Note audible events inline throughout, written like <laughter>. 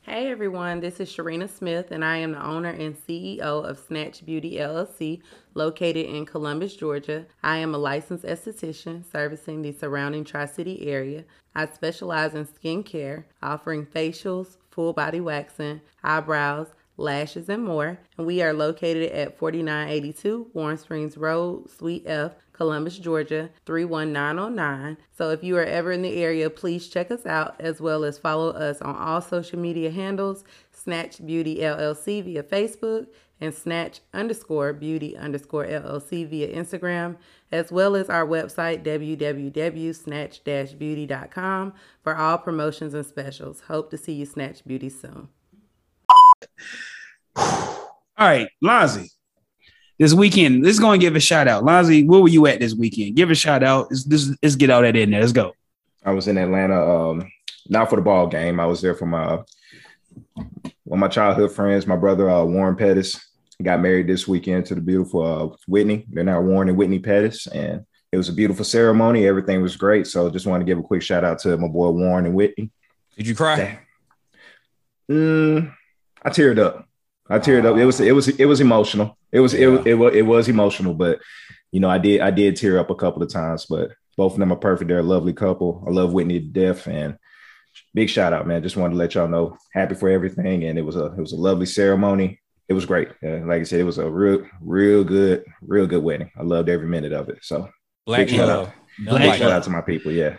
Hey everyone, this is Sharina Smith, and I am the owner and CEO of Snatch Beauty LLC, located in Columbus, Georgia. I am a licensed esthetician servicing the surrounding Tri City area. I specialize in skincare, offering facials, full body waxing, eyebrows, lashes, and more. And we are located at 4982 Warren Springs Road, Suite F, Columbus, Georgia 31909. So if you are ever in the area, please check us out as well as follow us on all social media handles Snatch Beauty LLC via Facebook and Snatch underscore Beauty underscore LLC via Instagram, as well as our website www.snatch beauty.com for all promotions and specials. Hope to see you, Snatch Beauty, soon. All right, Lonzy. This weekend, let's go and give a shout out. Lonzy, where were you at this weekend? Give a shout out. Let's, let's, let's get all that in there. Let's go. I was in Atlanta, um, not for the ball game. I was there for my one of my childhood friends, my brother uh, Warren Pettis, got married this weekend to the beautiful uh, Whitney. They're now Warren and Whitney Pettis, and it was a beautiful ceremony. Everything was great. So just wanted to give a quick shout out to my boy Warren and Whitney. Did you cry? Mm, I teared up. I teared up. It was it was it was emotional. It was it, it was it was emotional, but you know I did I did tear up a couple of times. But both of them are perfect. They're a lovely couple. I love Whitney to death, and big shout out, man. Just wanted to let y'all know happy for everything, and it was a it was a lovely ceremony. It was great. Uh, like I said, it was a real real good real good wedding. I loved every minute of it. So Black big shout love. out, No big Black white shout love. out to my people. Yeah,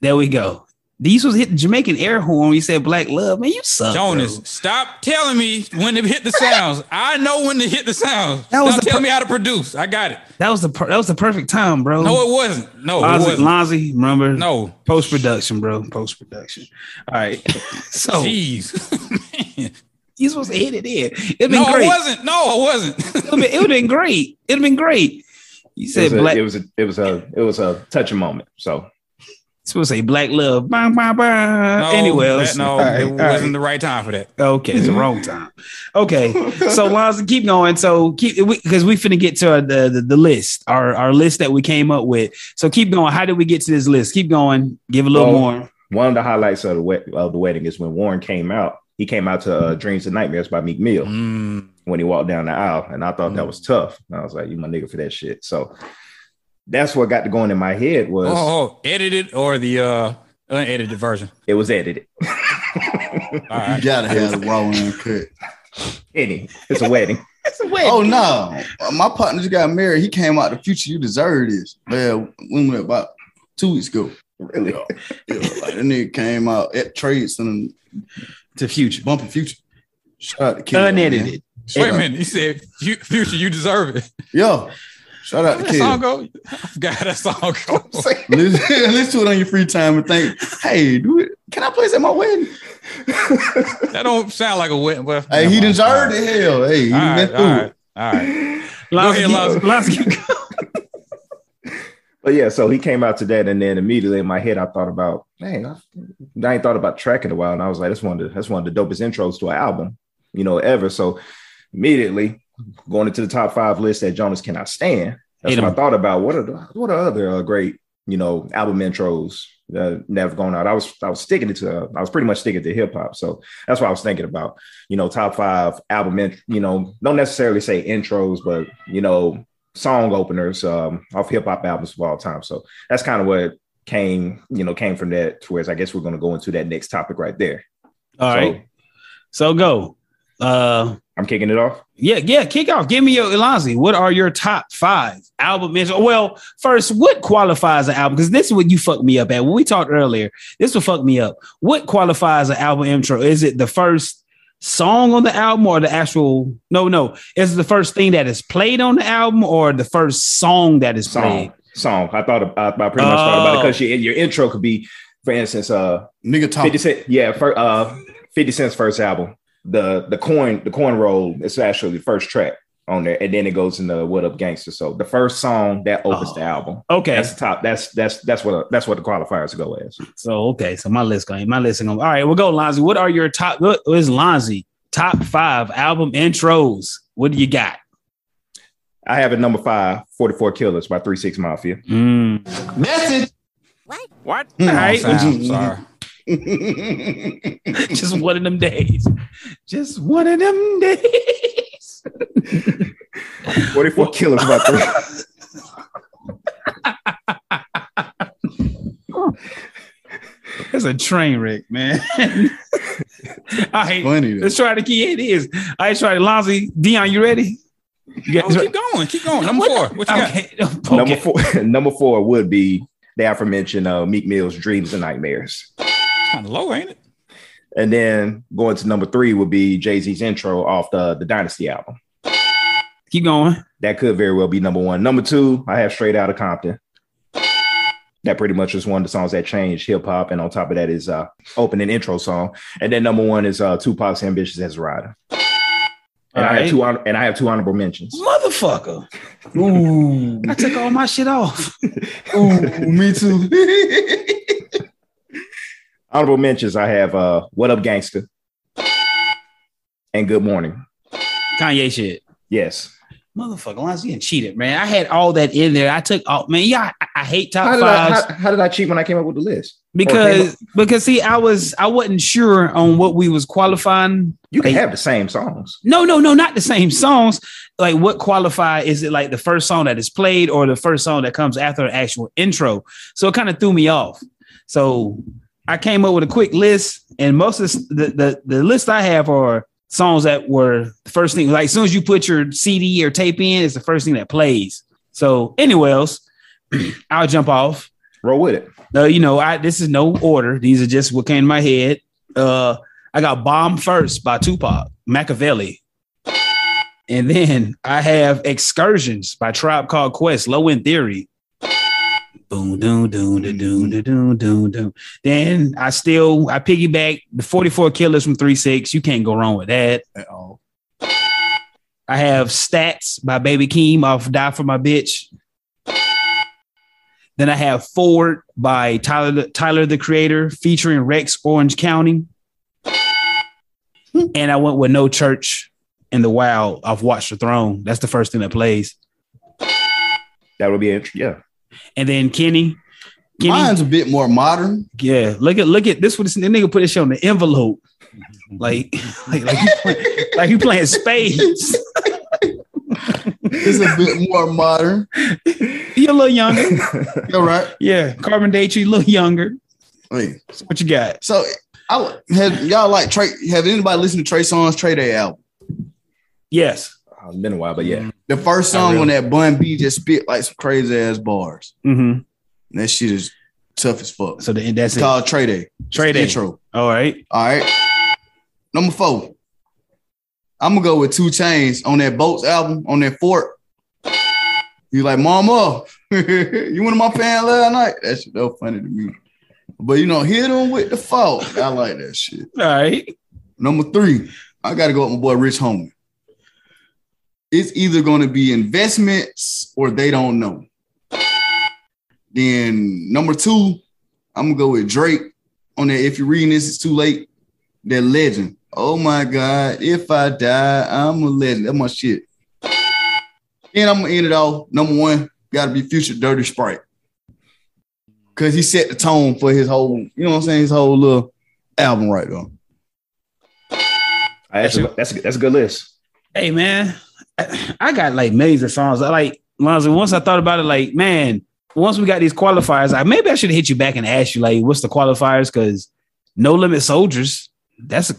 There we go. These was hitting Jamaican air horn when you said black love. Man, you suck. bro. Jonas, stop telling me when to hit the sounds. I know when to hit the sounds. That was stop the telling per- me how to produce. I got it. That was the per- that was the perfect time, bro. No, it wasn't. No, it Lonzy, wasn't. Lonzy, remember? No. Post production, bro. Post production. All right. <laughs> so Jeez. <laughs> Man. you supposed to hit it in. It'd been No, great. it wasn't. No, it wasn't. It <laughs> would've been- it would have been great. It'd have been great. You it said was, a, black. it was a it was a it was a touching moment. So It's supposed to say black love. Bah, bah, bah. No, anyway, that, listen. no, Uh, All right, it all wasn't right. the right time for that. Okay, it's the wrong time. Okay, so Lonzo, keep going. So keep because we, finna get to our, the, the the list, our our list that we came up with. So keep going. How did we get to this list? Keep going. Give a little Well, more. one of the highlights of the wed- of the wedding is when Warren came out. He came out to Mm-hmm. uh, Dreams and Nightmares by Meek Mill. Mm, when he walked down the aisle, and I thought Mm-hmm. that was tough. And I was like, "You my nigga for that shit." So that's what got to going in my head was oh, oh, edited or the uh, unedited version. it was edited. All right. <laughs> You gotta have the raw and <laughs> uncut. Any, it's a wedding. That's a way. Oh no, my partner just got married. He came out the future. You deserve this. Man, we went about two weeks ago. Really, Yeah, like the nigga came out at trade center to future, bumping future. Shout out to Kid. man. Unedited. Shout Wait a out- minute. You said "You- future, you deserve it. Yo, shout out How to that <laughs> song Kid. go? <laughs> I forgot how that song <laughs> go. Listen, listen to it on your free time and think, hey, dude, can I play this at my wedding? That don't sound like a wedding. But Hey, he Never mind. deserved it. Hell, hey, he All been right, through all right, it. all right. <laughs> Lonzo, ahead, keep- Lonzo. Lonzo, keep going. but yeah. So he came out to that, and then immediately in my head, I thought about, man, I, I ain't thought about track in a while, and I was like, that's one of the, that's one of the dopest intros to an album, you know, ever. So immediately going into the top five list that Jonas cannot stand. That's Hate what I him. thought about. What are the, what are other uh, great you know album intros uh, never gone out? I was I was sticking it to uh, I was pretty much sticking to hip hop, so that's what I was thinking about. You know, top five album int- you know don't necessarily say intros, but you know song openers um, off hip hop albums of all time. So that's kind of what came you know came from that. to Whereas I guess we're going to go into that next topic right there. All So, <laughs> right. So go. Uh I'm kicking it off. yeah, yeah, kick off. Give me your Elonzi. What are your top five album intro? Well, first, what qualifies an album? Because this is what you fucked me up at. When we talked earlier, this would fuck me up. What qualifies an album intro? Is it the first song on the album or the actual no, no. Is it the first thing that is played on the album or the first song that is played? song song. I thought about, I pretty much thought about it Oh. because your, your intro could be, for instance, uh, Nigga talk. fifty cent. Yeah, fir, uh, fifty cent's first album. The the coin the coin roll is actually the first track on there, and then it goes into What Up Gangster. So the first song that opens Oh. the album. Okay. That's the top. That's that's that's what that's what the qualifiers go as. So okay, so my list going, my list going. All right, we'll go, Lonzy. What are your top? What is Lonzy top five album intros? What do you got? I have at number five, 44 Killers by Three Six Mafia. Mm. <laughs> Message. What? Mm. All right. <laughs> right. I'm sorry. <laughs> Just one of them days. Just one of them days. 44 killers about three. <laughs> That's a train wreck, man. <laughs> All right, Funny. though. let's try it again. It is. All right, try it. Lonzy, Dion, you ready? You got- Oh, keep going, keep going. Number four. What okay. <laughs> you got? okay. Number four. <laughs> Number four would be the aforementioned uh, Meek Mill's dreams and nightmares, Kind of low, ain't it? and then going to number three would be Jay Z's intro off the the Dynasty album. Keep going. That could very well be number one. Number two, I have Straight Out of Compton. That pretty much is one of the songs that changed hip hop, and on top of that is uh opening intro song, and then number one is uh Tupac's Ambitious as a Rider. And I Alright. have two hon- and I have two honorable mentions. Motherfucker. Ooh. I took all my shit <laughs> off. Ooh, me too. Honorable mentions I have uh What Up Gangster and Good Morning. Kanye shit. Yes. Motherfucker, Lonzy and cheated, man. I had all that in there. I took all man, yeah, I, I hate top How did, I, fives how, how did I cheat when I came up with the list? because because see, I was I wasn't sure on what we was qualifying. You can Like, have the same songs. no, no, no, not the same songs. Like what qualify is it like the first song that is played or the first song that comes after the actual intro? So it kind of threw me off. So I came up with a quick list, and most of the the, the list I have are songs that were the first thing. Like as soon as you put your CD or tape in, it's the first thing that plays. So anyway, else <clears throat> I'll jump off. Roll with it. No, Uh, you know, I this is no order. These are just what came to my head. Uh, I got "Bomb First by Tupac Machiavelli, and then I have "Excursions" by Tribe Called Quest, Low End Theory. Boom, doom, doom, da, doom, da, doom, doom, doom. Then I still I piggyback the 44 Killers from 3 6. You can't go wrong with that. At all. I have Stats by Baby Keem off Die for My Bitch. Then I have Ford by Tyler Tyler the Creator featuring Rex Orange County. And I went with No Church in the Wild off Watch the Throne. That's the first thing that plays. That would be it. Yeah. And then Kenny. Kenny Mine's a bit more modern. yeah, look at look at this one. This nigga put this shit on the envelope. Like <laughs> like like he, play, like he playing spades. <laughs> It's a bit more modern. He a little younger. You're right. Yeah. Carbon Datry, a little younger. Wait. So what you got? So I would- have y'all like Trey. Have anybody listened to Trey Songz Trey Day album? Yes. Uh, It's been a while, but yeah. Mm. The first Not song really. when that Bun B just spit like some crazy ass bars. Mm-hmm. And that shit is tough as fuck. So the, that's It's it. called Trey Day. Trey Day. Intro. All right. All right. Number four. I'm gonna go with two chains on that Boats album on that fort. You like mama? <laughs> you went to my fan last night. That shit that was funny to me. But you know, hit him with the fault. I like that shit. All right. Number three, I gotta go with my boy Rich Homie. It's either gonna be investments or they don't know. Then number two, I'm gonna go with Drake on that. If you're reading this, it's too late. That legend. Oh my God! If I die, I'm a legend. That's my shit. And I'm gonna end it all. Number one, gotta be Future Dirty Sprite, cause he set the tone for his whole. You know what I'm saying? His whole little album right there. I actually, that's, a, that's a good list. Hey man, I, I got like millions of songs. I like Lonzo. Once I thought about it, like man, once we got these qualifiers, I maybe I should hit you back and ask you like, what's the qualifiers? Because No Limit Soldiers, that's a,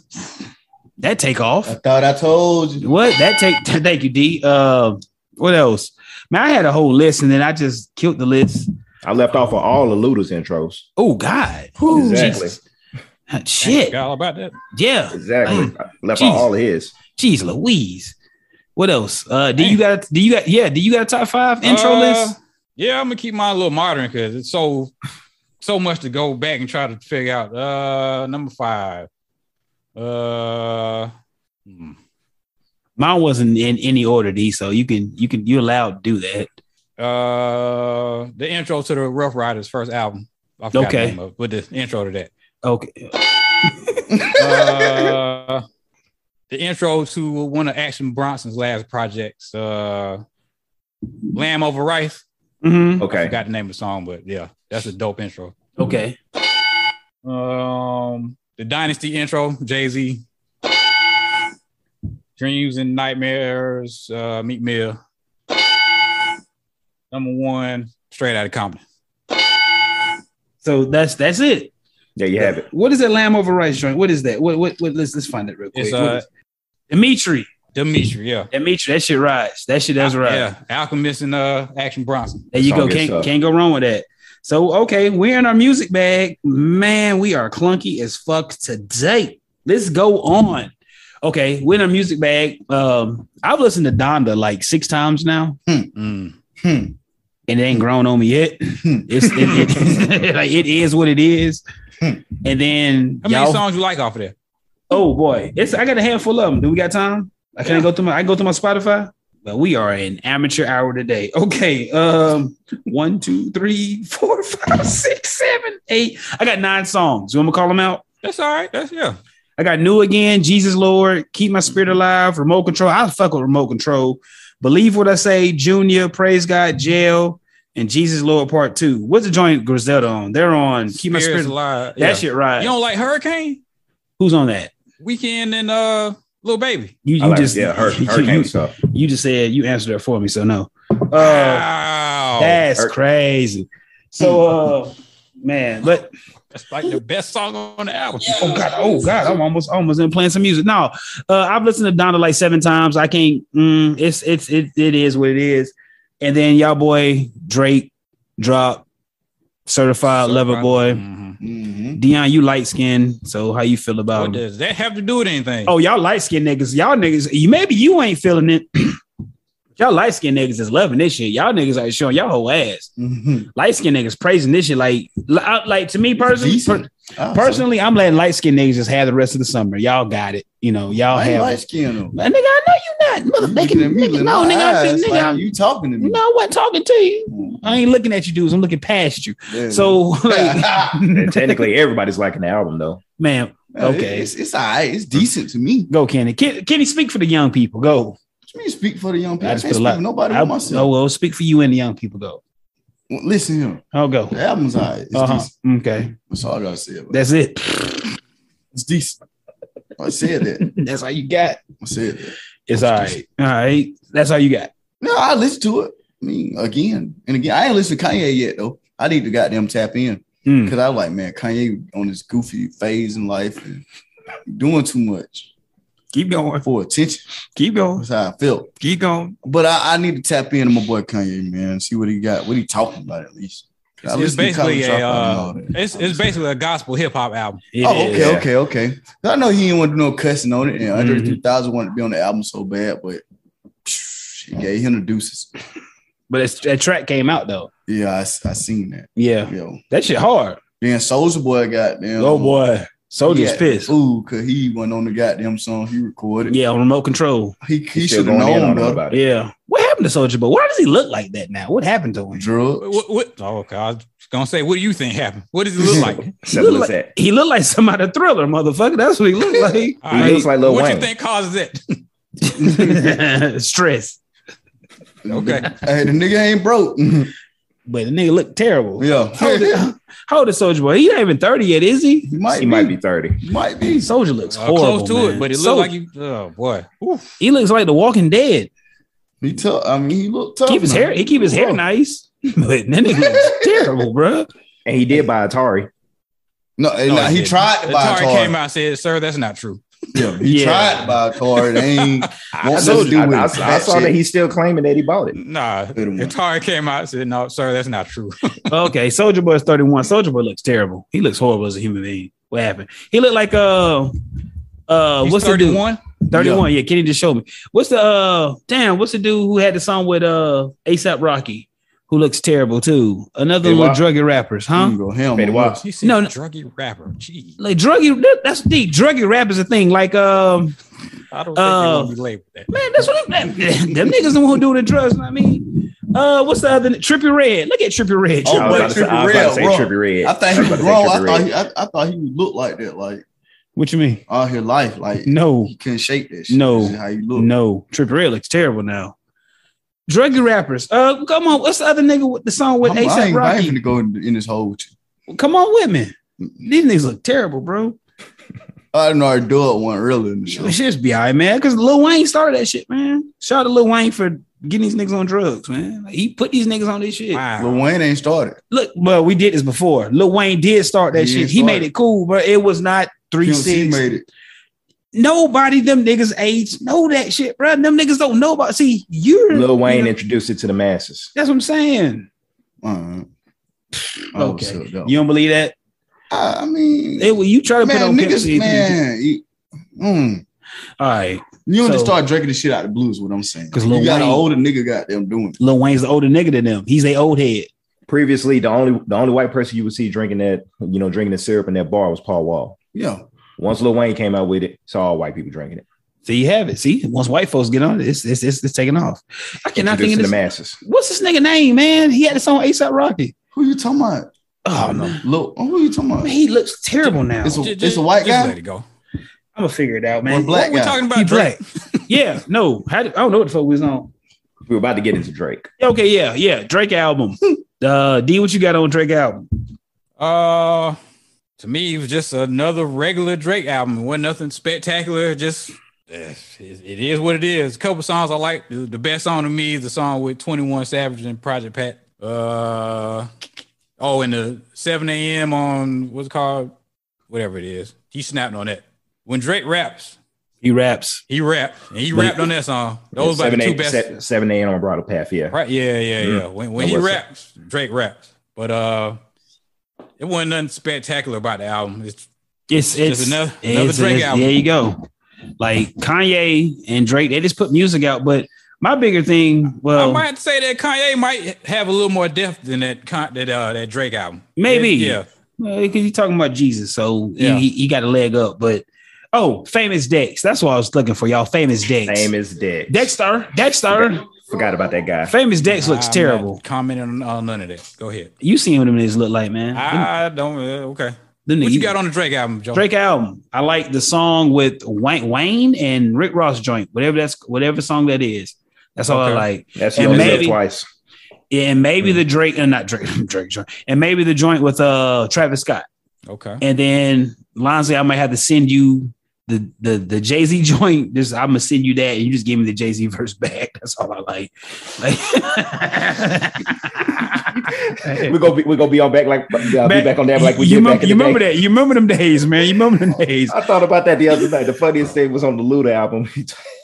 that take I off. thought I told you. What that take? <laughs> Thank you, D. Uh, what else? Man, I had a whole list and then I just killed the list. I left off of all the Luda's intros. Oh God, Exactly. Jesus. shit, Forgot all about that. yeah. Exactly. I left Jesus. out all of his. Jeez Louise. What else? Uh do you Hey. got do you got yeah, do you got a top five intro Uh, list? Yeah, I'm gonna keep mine a little modern because it's so so much to go back and try to figure out. Uh number five. Uh hmm. Mine wasn't in any order, D, so you can you can you allowed to do that. uh the intro to the Rough Riders first album. I forgot Okay. the name of, it, but the intro to that. Okay. Uh, <laughs> the intro to one of Action Bronson's last projects, uh Lamb Over Rice. Mhm. I Okay. forgot the name of the song, but yeah, that's a dope intro. Okay. Um, the Dynasty intro, Jay Z. Dreams and Nightmares, uh, Meat Mill. Number one, straight out of Compton. So that's that's it. There you have it. What is that lamb over rice joint? What is that? What what, what let's let's find it real quick. It's, What uh, is- Dimitri. Demetri, yeah. Dimitri, that shit rides. That shit does ride. Yeah. Alchemist and uh, Action Bronson. There you Song go. gets Can't up. can't go wrong with that. So okay, we're in our music bag. Man, we are clunky as fuck today. Let's go on. Okay, we're in our music bag. Um, I've listened to Donda like six times now, Mm. and it ain't grown on me yet. It's it, <laughs> it- like it is what it is. And then How many y'all- songs you like off of there? Oh boy, it's I got a handful of them. Do we got time? I can't go through my I can go through my Spotify. But we are in amateur hour today. <laughs> Okay, um, one, two, three, four, five, six, seven, eight. I got nine songs. You want me to call them out? That's all right. That's yeah. I got New Again, Jesus Lord, Keep My Spirit Mm-hmm. Alive, Remote Control. I fuck with Remote Control. Believe What I Say, Junior, Praise God, Jail, and Jesus Lord Part Two. What's the joint Griselda on? They're on Keep My Spirits Spirit Alive. alive. That yeah. shit right. You don't like Hurricane? Who's on that? Weekend and uh Little Baby. You, I you like, just yeah, <laughs> hur- you- hurricane you- stuff. You just said you answered it for me, so no. Uh, wow. that's Hurt. crazy. So, Hmm. uh, man, but That's like the best song on the album. oh god, oh god, I'm almost almost in playing some music. No, uh, I've listened to Donna like seven times. I can't. Mm, it's it's it, it is what it is. And then y'all boy Drake drop certified lover boy. Mhm. Mhm. Dion, you light skin, so how you feel about? What him? does that have to do with anything? Um, Oh, y'all light skinned niggas, y'all niggas, you maybe you ain't feeling it. <clears throat> y'all light skinned niggas is loving this shit. Y'all niggas are showing y'all whole ass. Mhm. Light skinned niggas praising this shit. Like, li- I- like to me personally, Decent. per- <laughs> Awesome. personally, I'm letting light skinned niggas just have the rest of the summer. Y'all got it. You know, y'all I ain't have. light skinned though. Man, nigga, I know you not. You Mother, they looking can- at me, nigga, looking no, at my nigga, I eyes said, nigga, like I'm- you talking to me. no, I wasn't talking to you. I ain't looking at you, dudes. I'm looking past you. Yeah. <laughs> So, <laughs> like, And <laughs> technically, everybody's liking the album though. man, Yeah, it- okay. it's, it's all right. It's decent to me. go, Kenny. Ken- Kenny, speak for the young people. Go. What you mean speak for the young people? I I, just can't feel speak like- for nobody I, but myself. oh, well, speak for you and the young people. Go. Well, Listen here. I'll go. The album's all right. It's Uh-huh. decent. Okay, That's all I gotta say about it. that's it. <laughs> It's decent. I said that. that's all you got. I said that. It's all right. All right, that's all you got. No, I listen to it. I mean, again and again. I ain't listened to Kanye yet though. I need to goddamn tap in Mm. because I like man, Kanye on this goofy phase in life and doing too much Keep going. for attention. Keep going. That's how I felt. Keep going. But I, I need to tap into my boy Kanye, man. See what he got, what he talking about at least. 'Cause I It's, it's listen to basically College Dropout a and uh, all that. it's it's basically a gospel hip hop album. It oh, is. okay, okay, okay. 'Cause I know he didn't want to do no cussing on it, and Andre Mhm. 3000 wanted to be on the album so bad, but she gave him the deuces. But it's, that track came out though. Yeah, I, I seen that. Yeah, Yo, that shit hard. then Soldier Boy got damn. Oh boy, soldier's yeah, pissed. Ooh, cause he wasn't on the goddamn song he recorded. Yeah, on remote control. he he Still should have going in known on them bro. about it. Yeah. What happened to Soldier Boy? Why does he look like that now? What happened to him? Drug. What, what, oh, okay, I was gonna say, what do you think happened? What does it look <laughs> like? Simple as Look that. He looked like somebody thriller, motherfucker. That's what he looked <laughs> like. <laughs> All He right, looks like Lil what Wayne. you think causes it? Stress. Okay. hey, the nigga ain't broke. <laughs> But the nigga looked terrible. How old, yeah, how old is Soldier Boy? He ain't even 30 yet, is he? <laughs> he might he be. might be thirty. Might be. Soldier looks Uh, horrible. close to man. it, but it looked Soulja- like you. Oh boy, Oof. He looks like The Walking Dead. He tough. I mean, he look tough. keep his now. hair. He keep his hair Oh, Bro. nice, <laughs> but that nigga <laughs> looks terrible, bro. And he did buy Atari. No, and No, now he didn't. tried to buy a Atari came car. out and said, "Sir, that's not true." Yeah, he Yeah. tried to buy a car. <laughs> They ain't I, I told told you, you I, with I- I it. That saw that shit. he's still claiming that he bought it. Nah, Wait a minute. Atari came out and said, "No, sir, that's not true." Okay, Soldier Boy is thirty one. Soldier Boy looks terrible. He looks horrible as a human being. What happened? He looked like uh uh He's what's the 31? dude thirty one? Yeah. Kenny just showed me. What's the uh damn? What's the dude who had the song with uh ASAP Rocky? Who looks terrible too? Another Fetty little Wap. druggy rappers, huh? go him. Fetty Wap. He said, No, no, no. druggy rapper. Gee, Like druggy, that- that's the druggy rap is a thing. Like um, I don't think Uh, you want to be labeled that. man, that's what I'm, <laughs> them niggas the one who do the drugs. You know what I mean, uh, what's the other Trippy Red? Look at Trippy Red. Oh, <laughs> I was boy, about to say- I was about to say Trippie Redd, Trippie Red. I think he was about to say grown. I Trippie thought Redd. he, I, I thought he would look like that, like What you mean? all his life. Like No, he couldn't shake that shit. No. This is how you look. no. Trippie Red looks terrible now. Druggy rappers. Uh, come on. What's the other nigga with the song with I'm- I ASAP ain't, I ain't Rocky? finna go in, in this hole with you. Come on with me. These niggas look terrible, bro. I didn't already do it one earlier in the show. It should be all right, man. Because Lil Wayne started that shit, man. Shout out to Lil Wayne for getting these niggas on drugs, man. Like, he put these niggas on this shit. Wow. Lil Wayne ain't started. Look, but we did this before. Lil Wayne did start that He shit. did He start made it. it cool, but it was not three QC six. made it. Nobody them niggas age know that shit, bro. Them niggas don't know about. See, you're Lil Wayne you know, introduced it to the masses. that's what I'm saying. Uh, Okay, you don't believe that? I I mean, It, well, you try to put man, on niggas, Pepsi. man, you, mm, All right, you don't just So- start drinking the shit out of the blues. What I'm saying, 'Cause you Lil got an Wayne- older nigga, goddamn doing. Lil Wayne's the older nigga than them. He's a old head. Previously, the only the only white person you would see drinking that, you know, drinking the syrup in that bar was Paul Wall. Yeah, Once Lil Wayne came out with it, it's all white people drinking it. So you have it. See, once white folks get on it, it's it's it's, it's taking off. I cannot think Introduced of to the this. masses. What's this nigga name, man? He had this on ASAP Rocky. who you talking about? Oh no, Lil, who you talking about? man, he looks terrible now. It's a- I'm Ju- ju- it's a white just guy? Let it go. gonna figure it out, man. Or black What we guy. talking He about? Drake? black. <laughs> yeah, no, how did- I don't know what the fuck we was on. We were about to get into Drake. Okay, yeah, yeah. Drake <laughs> album. Uh, D, what you got on Drake album? Uh, to me, it was just another regular Drake album. It wasn't nothing spectacular. Just eh, it it is what it is. A couple songs I like. The the best song to me is the song with Twenty One Savage and Project Pat. Uh, oh, and the Seven A.M. on what's it called whatever it is. He snapped on that. When Drake raps, He raps. he rapped and he Like- rapped on that song. Those are seven, the two eight, best. se- seven a.m. on Bridal Path. Yeah, Right. Yeah, yeah, Mhm. yeah. When when I he was- raps, Drake raps. But uh it wasn't nothing spectacular about the album. It's It's it's Just another- another Drake album. There you go. Like Kanye and Drake, they just put music out. But my bigger thing, well, I might say that Kanye might have a little more depth than that con- that uh that Drake album. Maybe. Yeah. because you're talking about Jesus, so he- Yeah. he, he got a leg up. But oh, famous Dex. That's what I was looking for, y'all. Famous Dex. Name is Dex. Dexter. Dexter. Forgot about that guy. Famous Dex looks I'm not terrible. Commenting on, on none of that. Go ahead. You seen what them niggas look like, man. I don't uh, okay. Them What niggas- you got on the Drake album, Joe? Drake album. I like the song with Wayne, Wayne and Rick Ross joint, whatever that's whatever song that is. That's all I Okay. like. That's And you only maybe- said twice. And maybe Mm. the Drake and not Drake, <laughs> Drake joint, and maybe the joint with uh Travis Scott. Okay. And then Lonzo, I might have to send you the the the Jay Z <laughs> joint. Just I'm gonna send you that, and you just give me the Jay Z verse back. That's all I like. <laughs> like We're gonna be we're gonna be on back like uh, be back on that like we you, did remember, back in you the remember day. that? You remember them days, man. You remember them days. I thought about that the other night. The funniest thing was on the Luda album. <laughs>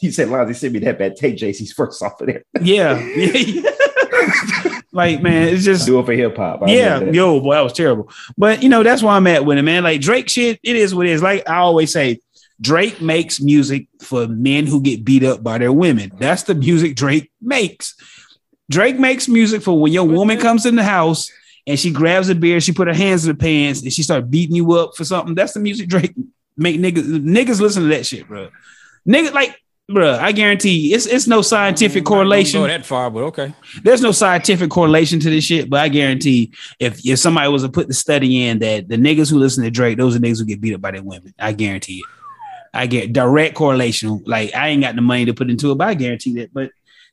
he said, "Lonzy, send me that bad. Take JC's first off of there. Yeah. <laughs> like, man, it's just Do it for hip hop." yeah, yo, boy, that was terrible. But you know, that's where I'm at with it, man. Like Drake shit, it is what it is. Like I always say, Drake makes music for men who get beat up by their women. That's the music Drake makes. Drake makes music for when your woman comes in the house and she grabs a beer, she put her hands in the pants, and she start beating you up for something. That's the music Drake make niggas niggas listen to that shit, bro. Niggas like, bro, I guarantee you, it's it's no scientific correlation Go that far, but okay. there's no scientific correlation to this shit, but I guarantee if if somebody was to put the study in that the niggas who listen to Drake, those are niggas who get beat up by their women. I guarantee it. I get direct correlation. Like I ain't got the money to put into it, but I guarantee that. But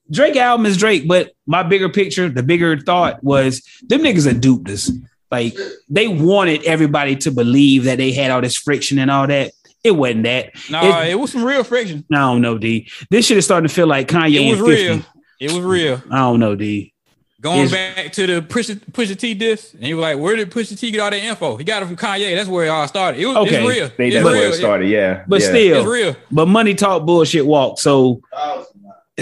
Drake album is Drake. But my bigger picture, the bigger thought was them niggas are duped us. Like they wanted everybody to believe that they had all this friction and all that. It wasn't that. Nah, it, was some real friction. I don't know, D. This shit is starting to feel like Kanye it was and 50. real. It was real. I don't know, D. Going Is- back to the Pusha, Pusha T disc, and he was like, "Where did Pusha T get all that info? He got it from Kanye. That's where it all started. It was Okay. it's real. they it's that's real. where it started. Yeah, But yeah. still, It's real. but money talk bullshit walk. So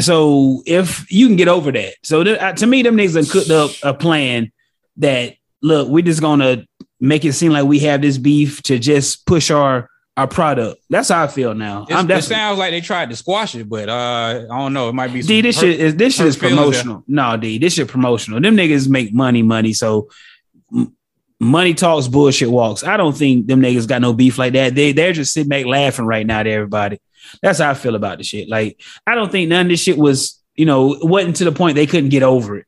so if you can get over that, so th- uh, to me, them niggas done cooked up a plan that look, we're just gonna make it seem like we have this beef to just push our our product. That's how I feel now. It's- I'm it that's sounds like they tried to squash it, but uh, I don't know. It might be. D. This hurt- shit is this shit her is feelings there. promotional. No, D. This shit promotional. Them niggas make money, money. So. m- Money talks, bullshit walks. I don't think them niggas got no beef like that. They they're just sitting back laughing right now to everybody. That's how I feel about this shit. Like I don't think none of this shit was, you know, it wasn't to the point they couldn't get over it.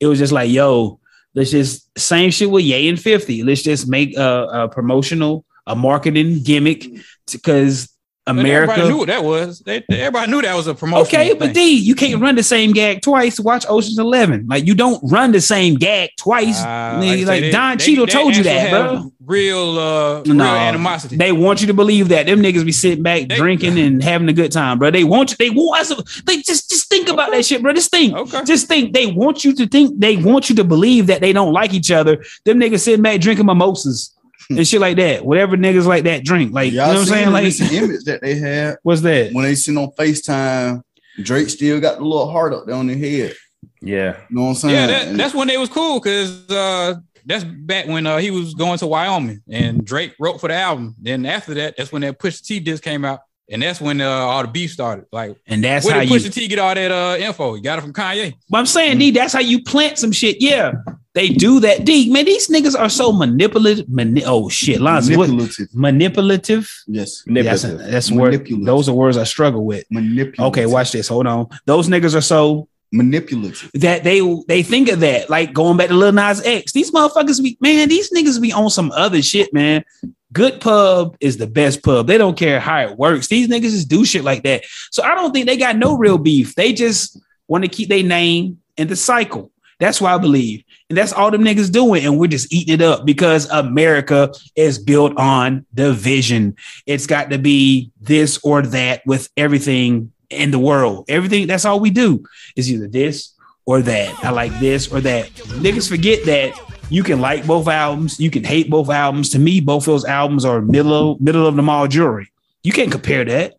It was just like, yo, let's just same shit with Yay and 50. Let's just make a, a promotional, a marketing gimmick because But Everybody knew America. what that was. They, they- everybody knew that was a promotion. Okay, but D, you can't run the same gag twice. Watch Ocean's Eleven. Like you don't run the same gag twice. Ah, Uh, Nigga, like Don Cheadle told you that, bro. Real, uh, No. real animosity. They want you to believe that them niggas be sitting back They- drinking and having a good time, bro. They want you. They want us. They just just think about that shit, bro. Just think. okay. Just think. They want you to think. They want you to believe that they don't like each other. Them niggas sitting back drinking <laughs> mimosas and shit like that. Whatever niggas like that drink. Like you know what I'm seen saying? the Like <laughs> recent image that they had what's that? when they sit on FaceTime. Drake still got the little heart up there on their head. Yeah. You know what I'm saying? yeah, that, And- that's when they was cool because uh, that's back when uh, he was going to Wyoming and Drake wrote for the album. Then after that, that's when that Push T disc came out, and that's when uh, all the beef started. Like, And that's where how did you. Push T get all that uh, info? He got it from Kanye. But I'm saying, D, that's how you plant some shit. Yeah, they do that. D, man, these niggas are so manipulative. Mani- oh shit, Lonzo, what? manipulative. Manipulative. Yes, That's Manipulative. that's word. Manipulative. Those are words I struggle with. manipulative. Okay, watch this. Hold on. Those niggas are so manipulative. that they they think of that. Like going back to Lil Nas X. These motherfuckers be man. These niggas be on some other shit, man. Good pub is the best pub. They don't care how it works. These niggas just do shit like that. So I don't think they got no real beef. They just want to keep their name in the cycle. That's why I believe. And that's all them niggas doing. And we're just eating it up because America is built on division. It's got to be this or that with everything in the world. Everything, that's all we do is either this or that. I like this or that. Niggas forget that you can like both albums, you can hate both albums. To me, both those albums are middle middle of the mall jewelry. You can't compare that.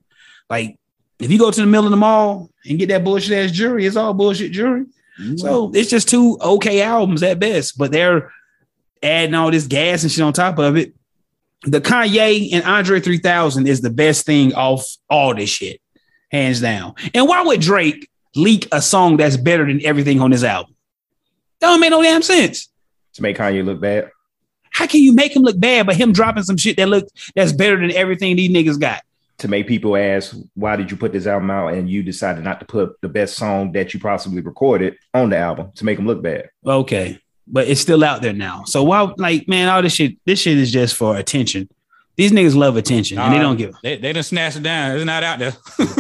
Like if you go to the middle of the mall and get that bullshit ass jury, it's all bullshit jury. So it's just two okay albums at best, but they're adding all this gas and shit on top of it. The Kanye and Andre 3000 is the best thing off all this shit, hands down. And why would Drake leak a song that's better than everything on this album? That don't make no damn sense. To make Kanye look bad. How can you make him look bad by him dropping some shit that look that's better than everything these niggas got? To make people ask, why did you put this album out and you decided not to put the best song that you possibly recorded on the album to make them look bad? Okay, but it's still out there now. So why, like, man, all this shit, this shit is just for attention. These niggas love attention, and they Nah. don't give. They they done snatched it down. It's not out there.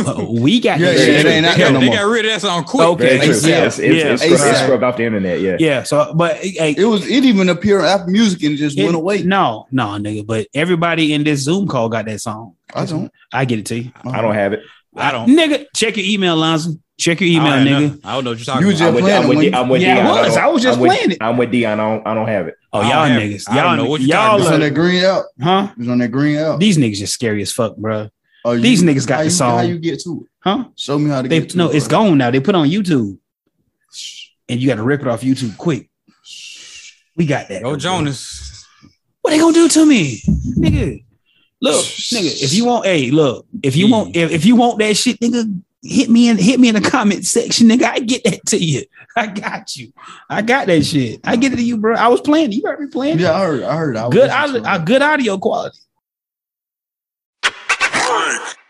But we got Yeah, this yeah, shit. <laughs> it ain't they, out there got, <laughs> no they more. got rid of that song quick. Okay, Very true. yeah, It's, it's, yeah. it's, scrubbed, it's ASAP. scrubbed off the internet. Yeah. yeah. So, but hey, It was it even appeared on Apple Music and it just it- went away. No, no, nigga. But everybody in this Zoom call got that song. I don't. I get it to you. I don't have it. I don't. nigga. Check your email, Lonzo. Check your email, I don't, nigga. know. I don't know what you're talking You about. I'm with, I'm with, playing I'm with Yeah, I Dion. was. don't- I was just I'm with- playing it. I'm with Dion. I don't, I don't have it. Oh, I don't y'all have- niggas. I don't Y'all know know what you're y'all talking It's on are, that green app. huh? It's on that green app. These niggas just scary as fuck, bro. Are you- these niggas got how the you- song. How you get to it? Huh? Show me how to They get to no, it. it's gone now. They put it on YouTube, and you got to rip it off YouTube quick. We got that. Go Jonas. What they gonna do to me, nigga? Look, nigga, if you want, hey, look, if you want, if, if you want that shit, nigga, hit me in, hit me in the comment section, nigga. I get that to you. <laughs> I got you. I got that shit. I get it to you, bro. I was playing. You heard me playing. Yeah, I heard. I heard. I was good listening audio, to it. uh, good audio quality.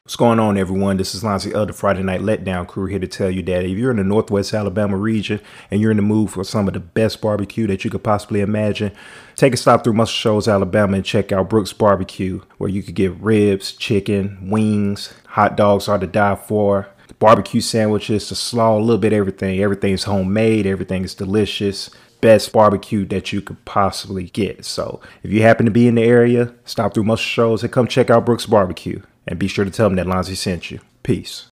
What's going on, everyone? This is Lonzy of the Friday Night Letdown crew here to tell you that if you're in the Northwest Alabama region and you're in the mood for some of the best barbecue that you could possibly imagine, take a stop through Muscle Shoals, Alabama, and check out Brooks Barbecue, where you could get ribs, chicken, wings, hot dogs are to die for. barbecue sandwiches, the slaw, a little bit everything. Everything's homemade, everything is delicious. Best barbecue that you could possibly get. So if you happen to be in the area, stop through Muscle Shoals and come check out Brooks Barbecue. And be sure to tell them that Lonzy sent you. Peace.